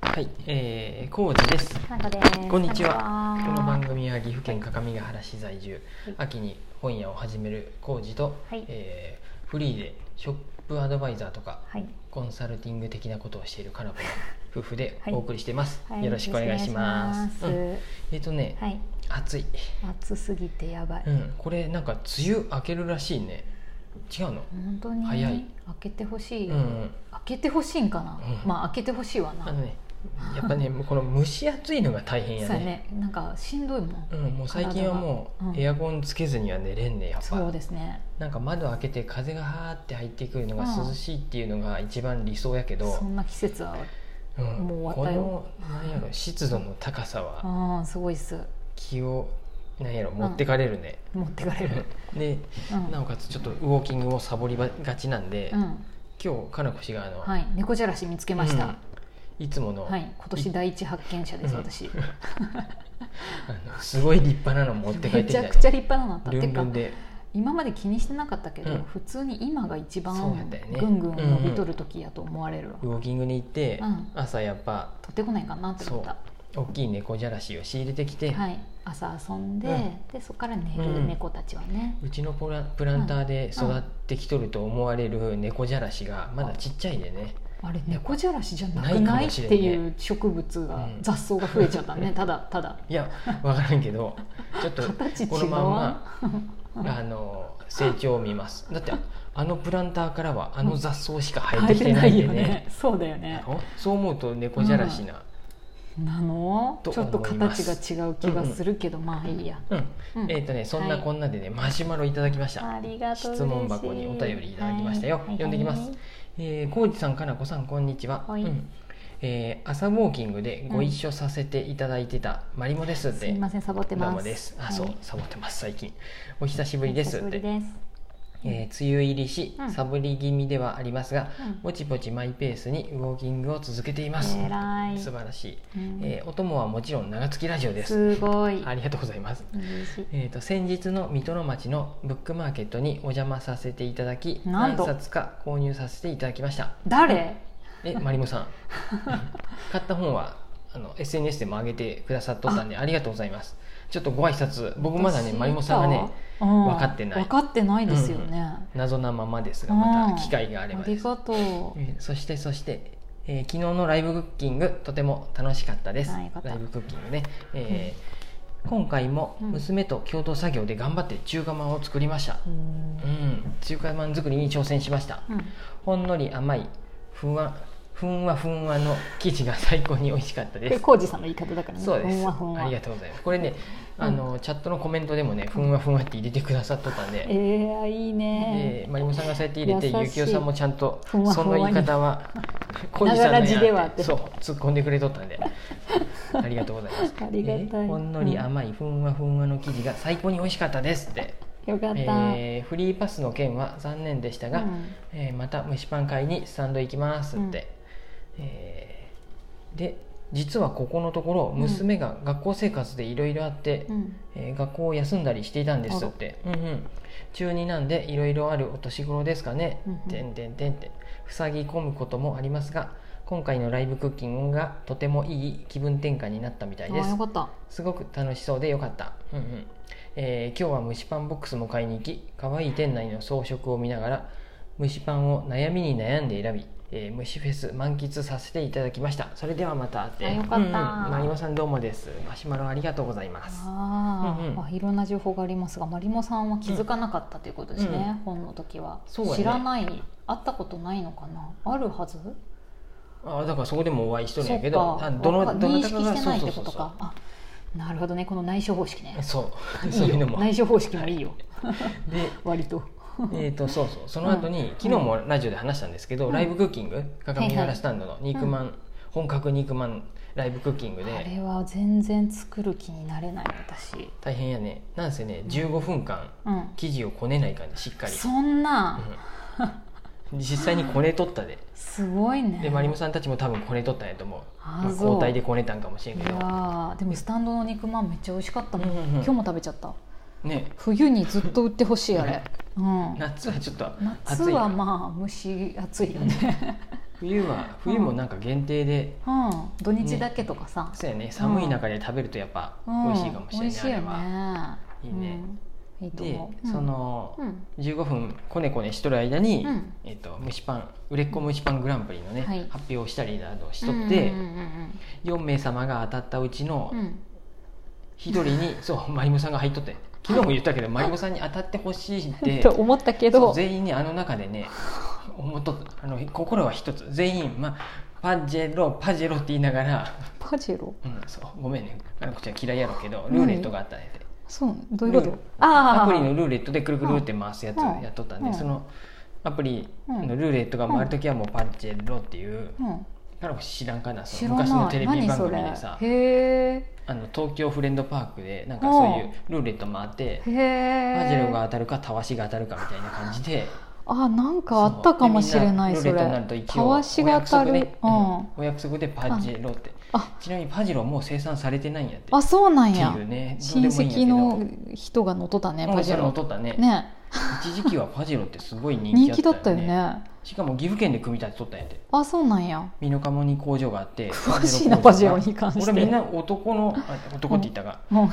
はい、えー、コウジです。かなこです。こんにちは。ここんのにちは番組は岐阜県各務原市在住、はい秋に本屋を始めるコウジと、はいえーフリーでショップアドバイザーとかはい。コンサルティング的なことをしているカナコの 夫婦ではいお送りしています。はいよろしくお願いします。よろしくおうん願いしえっ、とね、ますはい。暑い。暑すぎてやばい。うん、これなんか梅雨明けるらしいね。違うの？本当に。早い開けてほしうい。ん、うん。開けてほしいんかなう。んまあ開けてほしいわな。あそのね、やっぱ ね、もうこの蒸し暑いのが大変うややね。なんかしんどいもんう。ん、もう最近はも体がううんエアコンつけずには寝れんねやっそうぱですね。なんか窓開けて風がはーって入ってくるのがうん涼しいっていうのが一番理想やけどそ、んな季節は。うんもう終こわったよのなんやろ湿度の高さはああ、すごいっす。気をなんやろ持ってかれるね、持ってかれる。 でうん。なおかつちょっとウォーキングをサボりがちなんで、うん。今日かなこ氏があの、はい。猫じゃらし見つけました。うんいつもの,、はい。今年第一発見者です。うん私。あのすごい立派なの 持って帰っめてきちたゃねくちゃ立派なのあった。ルてンルかンで今まで気にしてなかったけど、うん普通に今が一そうや番ったよねぐんぐん伸びとる時やと思われるわ、ウォーキングに行って、うん朝やっぱ取ってこないかなって思った大きい猫じゃらしを仕入れてきて、はい朝遊んで,、うんでそこから寝うるん猫たちはね、うちのプラプランターで育ってきとると思われる猫じゃらしがまだちっちゃいでね、あれ猫じゃらしじゃななくいかなもいっしれんてねいう植物が、うん雑草が増えちゃったねただただいや分からんけ どちょっと形違うこのまんま あの成長を見ますだってあのプランターからはあの雑草しか生えてきてないんでよね,、そうだよねそう思うと猫じゃらしな、なのとちょっと思います形が違う気がするけど、まあいいや、うんうんえっ、とねそんなはいこんなでね、マシュマロいただきましたありがとう質問箱にお便りいただきましたよ、読んできます、えー、コウジさん、かなこさん、こんにちは。はいうんえー朝ウォーキングでご一緒させていただいてた、マリモですって。すいませんサボってますどうもです。あ、はいそう、サボってます、最近。お久しおぶりですっ。久してぶりですえー梅雨入りしう、んサボり気味ではありますが、うんぼちぼちマイペースにウォーキングを続けています。偉い素晴らしい。うんえーお供はもちろん長月ラジオです。すごいありがとうございます。嬉しいえー、と先日の水戸の町のブックマーケットにお邪魔させていただきな何んと冊か購入させていただきました誰えマリモ さん買った本はあの SNS でも上げてくださっとったんでありがとうございますちょっとご挨拶僕まだねマリモさんがね分分かってない分かってないですよね、謎なままですがまうんた機会があればあでりす、がとうえーそしてそして、えー昨日のライブクッキングとても楽しかったですあよかったライブクッキングね、えー今回も娘と共同作業で頑張って中華まんを作りました、うんうん、中華まん作りに挑戦しましたほんのり甘いふわふんわふんわの生地が最高に美味しかったこでれす浩二さんの言い方だからねそうですふんわふんわありがとうございますこれねあの、チャットのコメントでもねふんわふんわって入れてくださっとったんで、えー、いいねでまりもさんがそうやって入れて優しいゆきおさんもちゃんとふんわふんそわのに言い方 は小路ながらや字ではってそう突っ込んでくれとったんでありがとうございます ありがたいえーほんのり甘いふんわふんわの生地が最高に美味しかったですって、よかった、えーフリーパスの件は残念でしたが、うんえーまた蒸しパン買いにスタンド行きますって、えーで実はここのところうん娘が学校生活でいろいろあって、うんえー学校を休んだりしていたんですって、うんうん、中2なんでいろいろあるお年頃ですかね、うんうんてんてんてんって塞ぎ込むこともありますが今回のライブクッキングがとてもいい気分転換になったみたいであすよかったすごく楽しそうでよかった、うんうんえー今日は蒸しパンボックスも買いに行き可愛い店内の装飾を見ながら蒸しパンを悩みに悩んで選び、えー、蒸しフェス満喫させていただきましたそれではまたってあよかったマリモさんどうもですマシュマロありがとうございますあー、うんうんあいろんな情報がありますがまりもさんは気づかなかったということですね、本の時は、そうやね知らない会ったことないのかなあるはずあだからそこでもお会いしとるんそやうけどあかどのわかどな認た識かしがてそなういそうってそこうとそかあなるほどねこの内緒方式ねうそう いそういいうのよも内緒方式もいいよで割と えー、とそうそうその後に、うん昨日もラジオで話したんですけど、うんライブクッキング鏡原スタンドの肉まん、本格肉まんライブクッキングあでれは全然作る気になれない私大変やねなんせね15分間うん生地をこねない感じしっかり、そんなうん実際にこねとったですごいねでまりもさんたちも多分こねとったんやと思うあーまあそう交代でこねたんかもしれんいけやどーでもスタンドの肉まんめっちゃ美味しかったもん、うんうんうん今日も食べちゃったね冬にずっと売ってほしいあれ、うん、夏はちょっと夏暑いなはまあ蒸し暑いよね冬は冬もなんか限定で、うん、土日だけとかさ、そうやね寒い中で食べるとやっぱうん、美味しいかもしれない、美味しいよあねれはいいね、うんいいとで思、うそのうん、 15分こねこねしとる間に、うんえっと蒸しパン売れっ子蒸しパングランプリのね、はい発表をしたりなどしとって、うんうん4名様が当たったうちのうんうんうん一人 に、そうマリモさんが入っとって昨日も言ったけどマリモさんに当たってほしいっうんてと思ったけそう ど全員ねあの中でね思っとったあの心は一つ全員、まあ、パジェロパジェロって言いながら、パジェロうん、そうごめんねあのこっちは嫌いやろうけどルーレットがあったねでそうどういうことルーああアプリのルーレットでくるくるって回すやつうんやっとったんで、うんそのアプリうんのルーレットが回るときはもうパジェロっていう、うん、彼も知らんかな知そのらない昔のテレビ何番そ組れでさへえあの東京フレンドパークでなんかそういうルーレット回ってへパジェロがえ当たるかたわしが当たるかみたいな感じで。あなんかあったかもしれないそうそでれみんなルーレットになると一応たわしが当たお約束るうでんうんお約束でパジェロってあちなみにパジェロはもう生産されてないんやってあそうなんっやていうねどう親でもいいんやけど戚の人が乗っとったねうんパジェそれロも取ったねね一時期はパジェロってすごい人気人気だったよねしかも岐阜県で組み立てとったんやってあそうなんや美濃加茂に工場があって詳しいなパジェロに関して俺みんな男のあ男って言った が、うん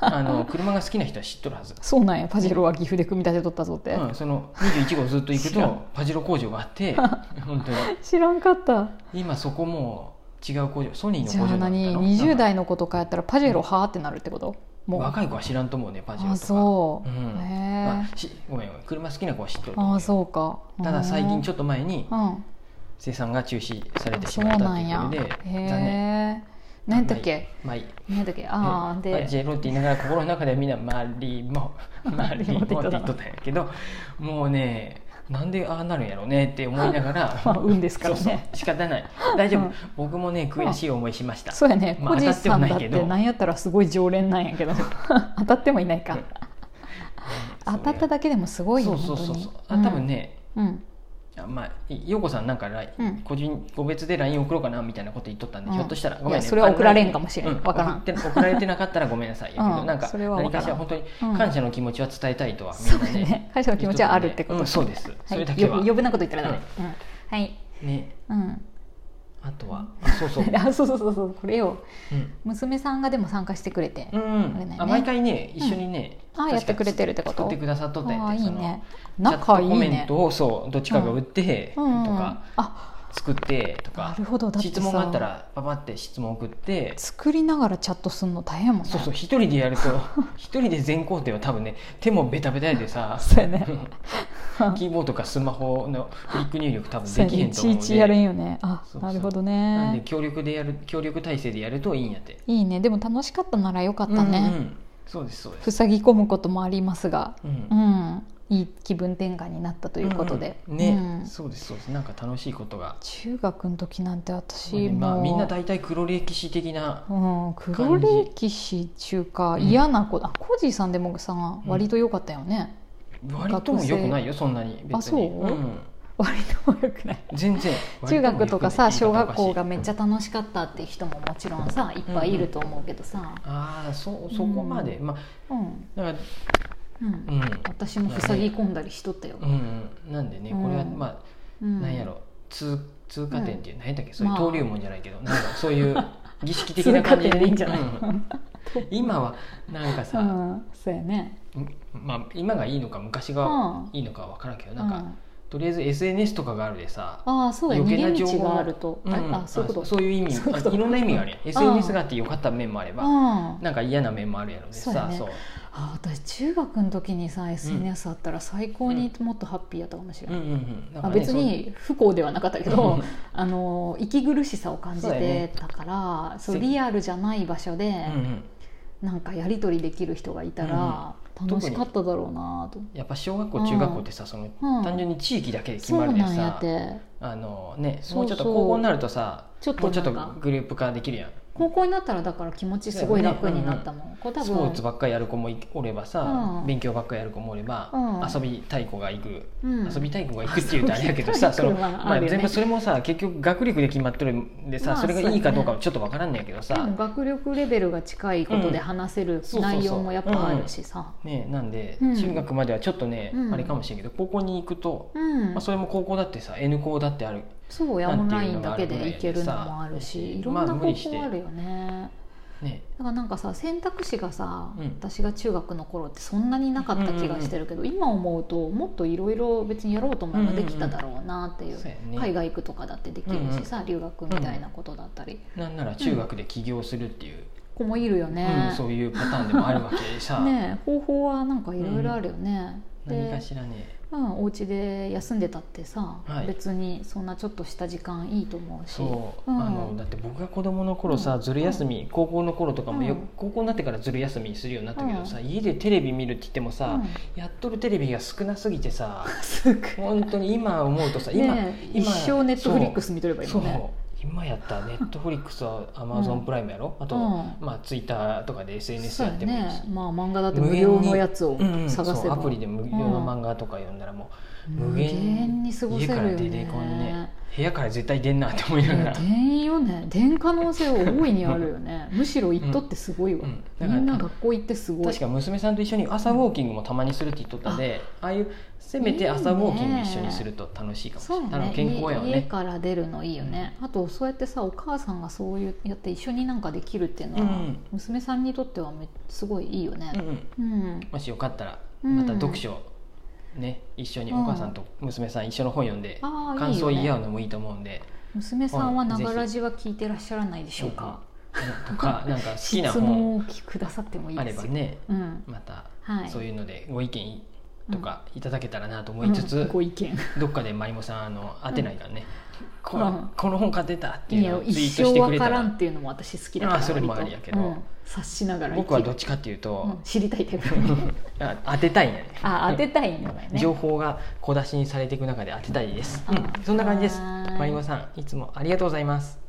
あの車が好きな人は知っとるはずそうなんやパジェロは岐阜で組み立てとったぞってうん、その21号ずっと行く知らとパジェロ工場があって 本当に知らんかった今そこもう違う工場ソニーのじ工ゃ場だあった何の20代の子とかやったらパジェロはーってなるってこともう若い子は知らんと思うねパジェロとあかそう、うんへあしごめんごめん車好きな子は知っとると思うああそうかただ最近ちょょっと前にうん生産が中止されてしそうまったなってんいうやことでへ残念え何やったっけまあいい何やったっけああまあでジェロって言いながら心の中ではみんな「マリモ」「マリモ」って言っとったんやけどもうねなんでああなるんやろうねって思いながら まあ運ですからねそうそう仕方ない大丈夫、うん僕もね悔しい思いしました、そうやねまあコジさんだ当たっってはないけどてなんやったらすごい常連なん やけど当たってもいないか当たっただだけでもすごいそようそうそうそう本当あに多分ね、うんうんあまあ、い陽子さんなんかライン、うん個人個別で LINE 送ろうかなみたいなこと言っとったんで、うんひょっとしたらごいめんやねそれは送られんかもしれんうわから送んって送られてなかったらごめんなさいやけど、うんなんかそれはわか何からんしら本当にうん感謝の気持ちは伝えたいとはみそんうなだね,、ね感謝の気持ちはあるってことうん、そうです、そはいれだけよは余分なこと言ったらダメうんはいねうんあとはあそうそう あそうそうそうそうこれようん、娘さんがでも参加してくれてうんあれだよねあ毎回ね一緒にね、うんあやってくれてるってこと作ってくださっとったんあやあていいそのね仲いいチャットコメねントをそうどっちかが打って、うんうんとかあ作ってとなかるほどだってさ質問があったらパパって質問送って作りながらチャットするの大変やもんねそうそう一人でやると一人で全工程は多分ね手もベタベタやでさそうやねキーボードとかスマホのクリック入力多分そうでやきへんねいとち思ういんちやれんでよねあそうそうなるほどなんでね協力でやる協力体制でやるといいんやっていいねでも楽しかったならよかったうんうねんそうですそうです、塞ぎ込むこともありますがうんうんいい気分転換になったということでうんね、うんそうですそうですなんか楽しいことが、中学の時なんて私まあ、もうみんな大体黒歴史的なうん、黒歴史中かうん嫌な子、あコージーさんでもさ割と良かったよね、割ともよくないよそんなに別にあそうん割と良くない全然中学とかさ割もよ小くない学校がめっちゃ楽しかったって人ももちろんさいっぱいいると思うけどさ、ああそうそこまで、まあうんだからうんうん私も塞ぎ込んだりしとったよ、うんうん、なんでねこれは、うんまあうんなんやろ通通過点っていう、なん、何だっけそういうまあ登竜門じゃないけど、なんかそう いう儀式的な感じで,、通過点でいいんじゃないうん今はなんかうさ、んそうやねまあ、今がいいのか昔があいいのかは分からんけど、なんか、とりあえず SNS とかがあるでさ、ああそうや逃余計なげ情道報があると、うんうんああそういうことそういう意味そういうことあいろんな意味があるやん SNS があって良かった面もあれば、ああなんか嫌な面もあるやろでそうやさねそうあ私中学の時にさ SNS あったら最高にもっとハッピーやったかもしれない、うんうんうんなんかまあ、ね、別に不幸ではなかったけどあの息苦しさを感じそうだよてねたからそう、そうリアルじゃない場所でそううんうんなんかやり取りできる人がいたらん楽しかっただろうなと、やっぱ小学校中学校ってさ、そのうん単純に地域だけで決そまうるでなんやさってあのねそうそうもうちょっと高校になるとさちょっともうちょっなとんかグループ化できるやん高校になったらだから気持ちすごい楽になったもん、これ多ス分ポーツばっかりやる子もいおればさ、うん勉強ばっかりやる子もおれば、うん遊びたい子が行く、うん遊びたい子が行くって言うとあれやけどさ遊そびの、たい子はまああ、るよね全部それもさ結局学力で決まってるんでさ、まあそれがいいかどうかはちょっとわからんねんやけどでさも、学力レベルが近いことで話せるそうそうそう内容もやっぱあるしさ、ね、なんで、うん中学まではちょっとね、うんあれかもしれんけど高校に行くと、うんまあ、それも高校だってさ N 校だってあるそうやなオんンてラいイうのンがだあるぐけらいでいけるのもあるしいろんなまあ方無理して法あるよね。ねだからなんかさ選択肢がさ、うん私が中学の頃ってそんなになかった気がしてるけど、今思うともっといろいろ別にやろうと思えばできただろうなっていう,、そうやね海外行くとかだってできるしさ、留学みたいなことだったり、なんなら中学で起業するっていう、子もいるよねうん、,、そういうパターンでもあるわけでさ、ねえ方法はなんかいろいろあるよね。何でかしらねうん、お家で休んでたってさ、はい別にそんなちょっとした時間いいと思うしそう、うんあのだって僕が子供の頃さ、うんずる休み、高校の頃とかもよく、うん高校になってからずる休みするようになったけどさ、う家でテレビ見るって言ってもさ、うんやっとるテレビが少なすぎてさすぐ本当に今思うとさ今,、ねえ今一生ネットフリックス見とればいいそもうんねそう今やったネットフリックスはアマゾンプライムやろ、あと、うんまあ、ツイッターとかで SNS そうややってもいいしね。まあ漫画だって無料のやつをうんうん探せそうばアプリで無料の漫画とか読んだらも無無限限に過うごせ家るよから出てこんねね部屋から絶対出んなって思いながら、電よね電可能性大いにあるよねむしろ行っとってすごいわ、うんだみからんな学校行ってすごい確か娘さんと一緒に朝ウォーキングもたまにするって言っとったんでああいうせめて朝ウォーキング一緒にすると楽しいかもしそれうない、あねの健康やわ家家ねから出るのいいよね、あとそうやってさお母さんがそういうやって一緒になんかできるっていうのは、うん娘さんにとってはめすごいいいよねうん、うんうんもしよかったらうんまた読書をね一緒にお母さんと娘さん一緒の本読んでああい感いよ想言い合ねうのもいいと思うんで娘さんはうんなぜひがらじは聞いてらっしゃらないでしょうか、と かなんか好きな質本問を聞くださってもいいあでれすばよ、ねうん、またはいそういうのでご意見とかいただけたらなと思ういんつつ、ご意見どっかでマリモさんあの当てないからね、こうんこの本買ってたっていいやうのをツイ一ートして生くわれかたらんらっていうのも私好きだからあそれも割とありやけどうん察しながら生きる僕はどっちかっていううとん、知りたい タイプあ当てたいんやねあ当てたいのだよね情報が小出しにされていく中で当てたいです、あうんそんな感じですはーいマリモさんいつもありがとうございます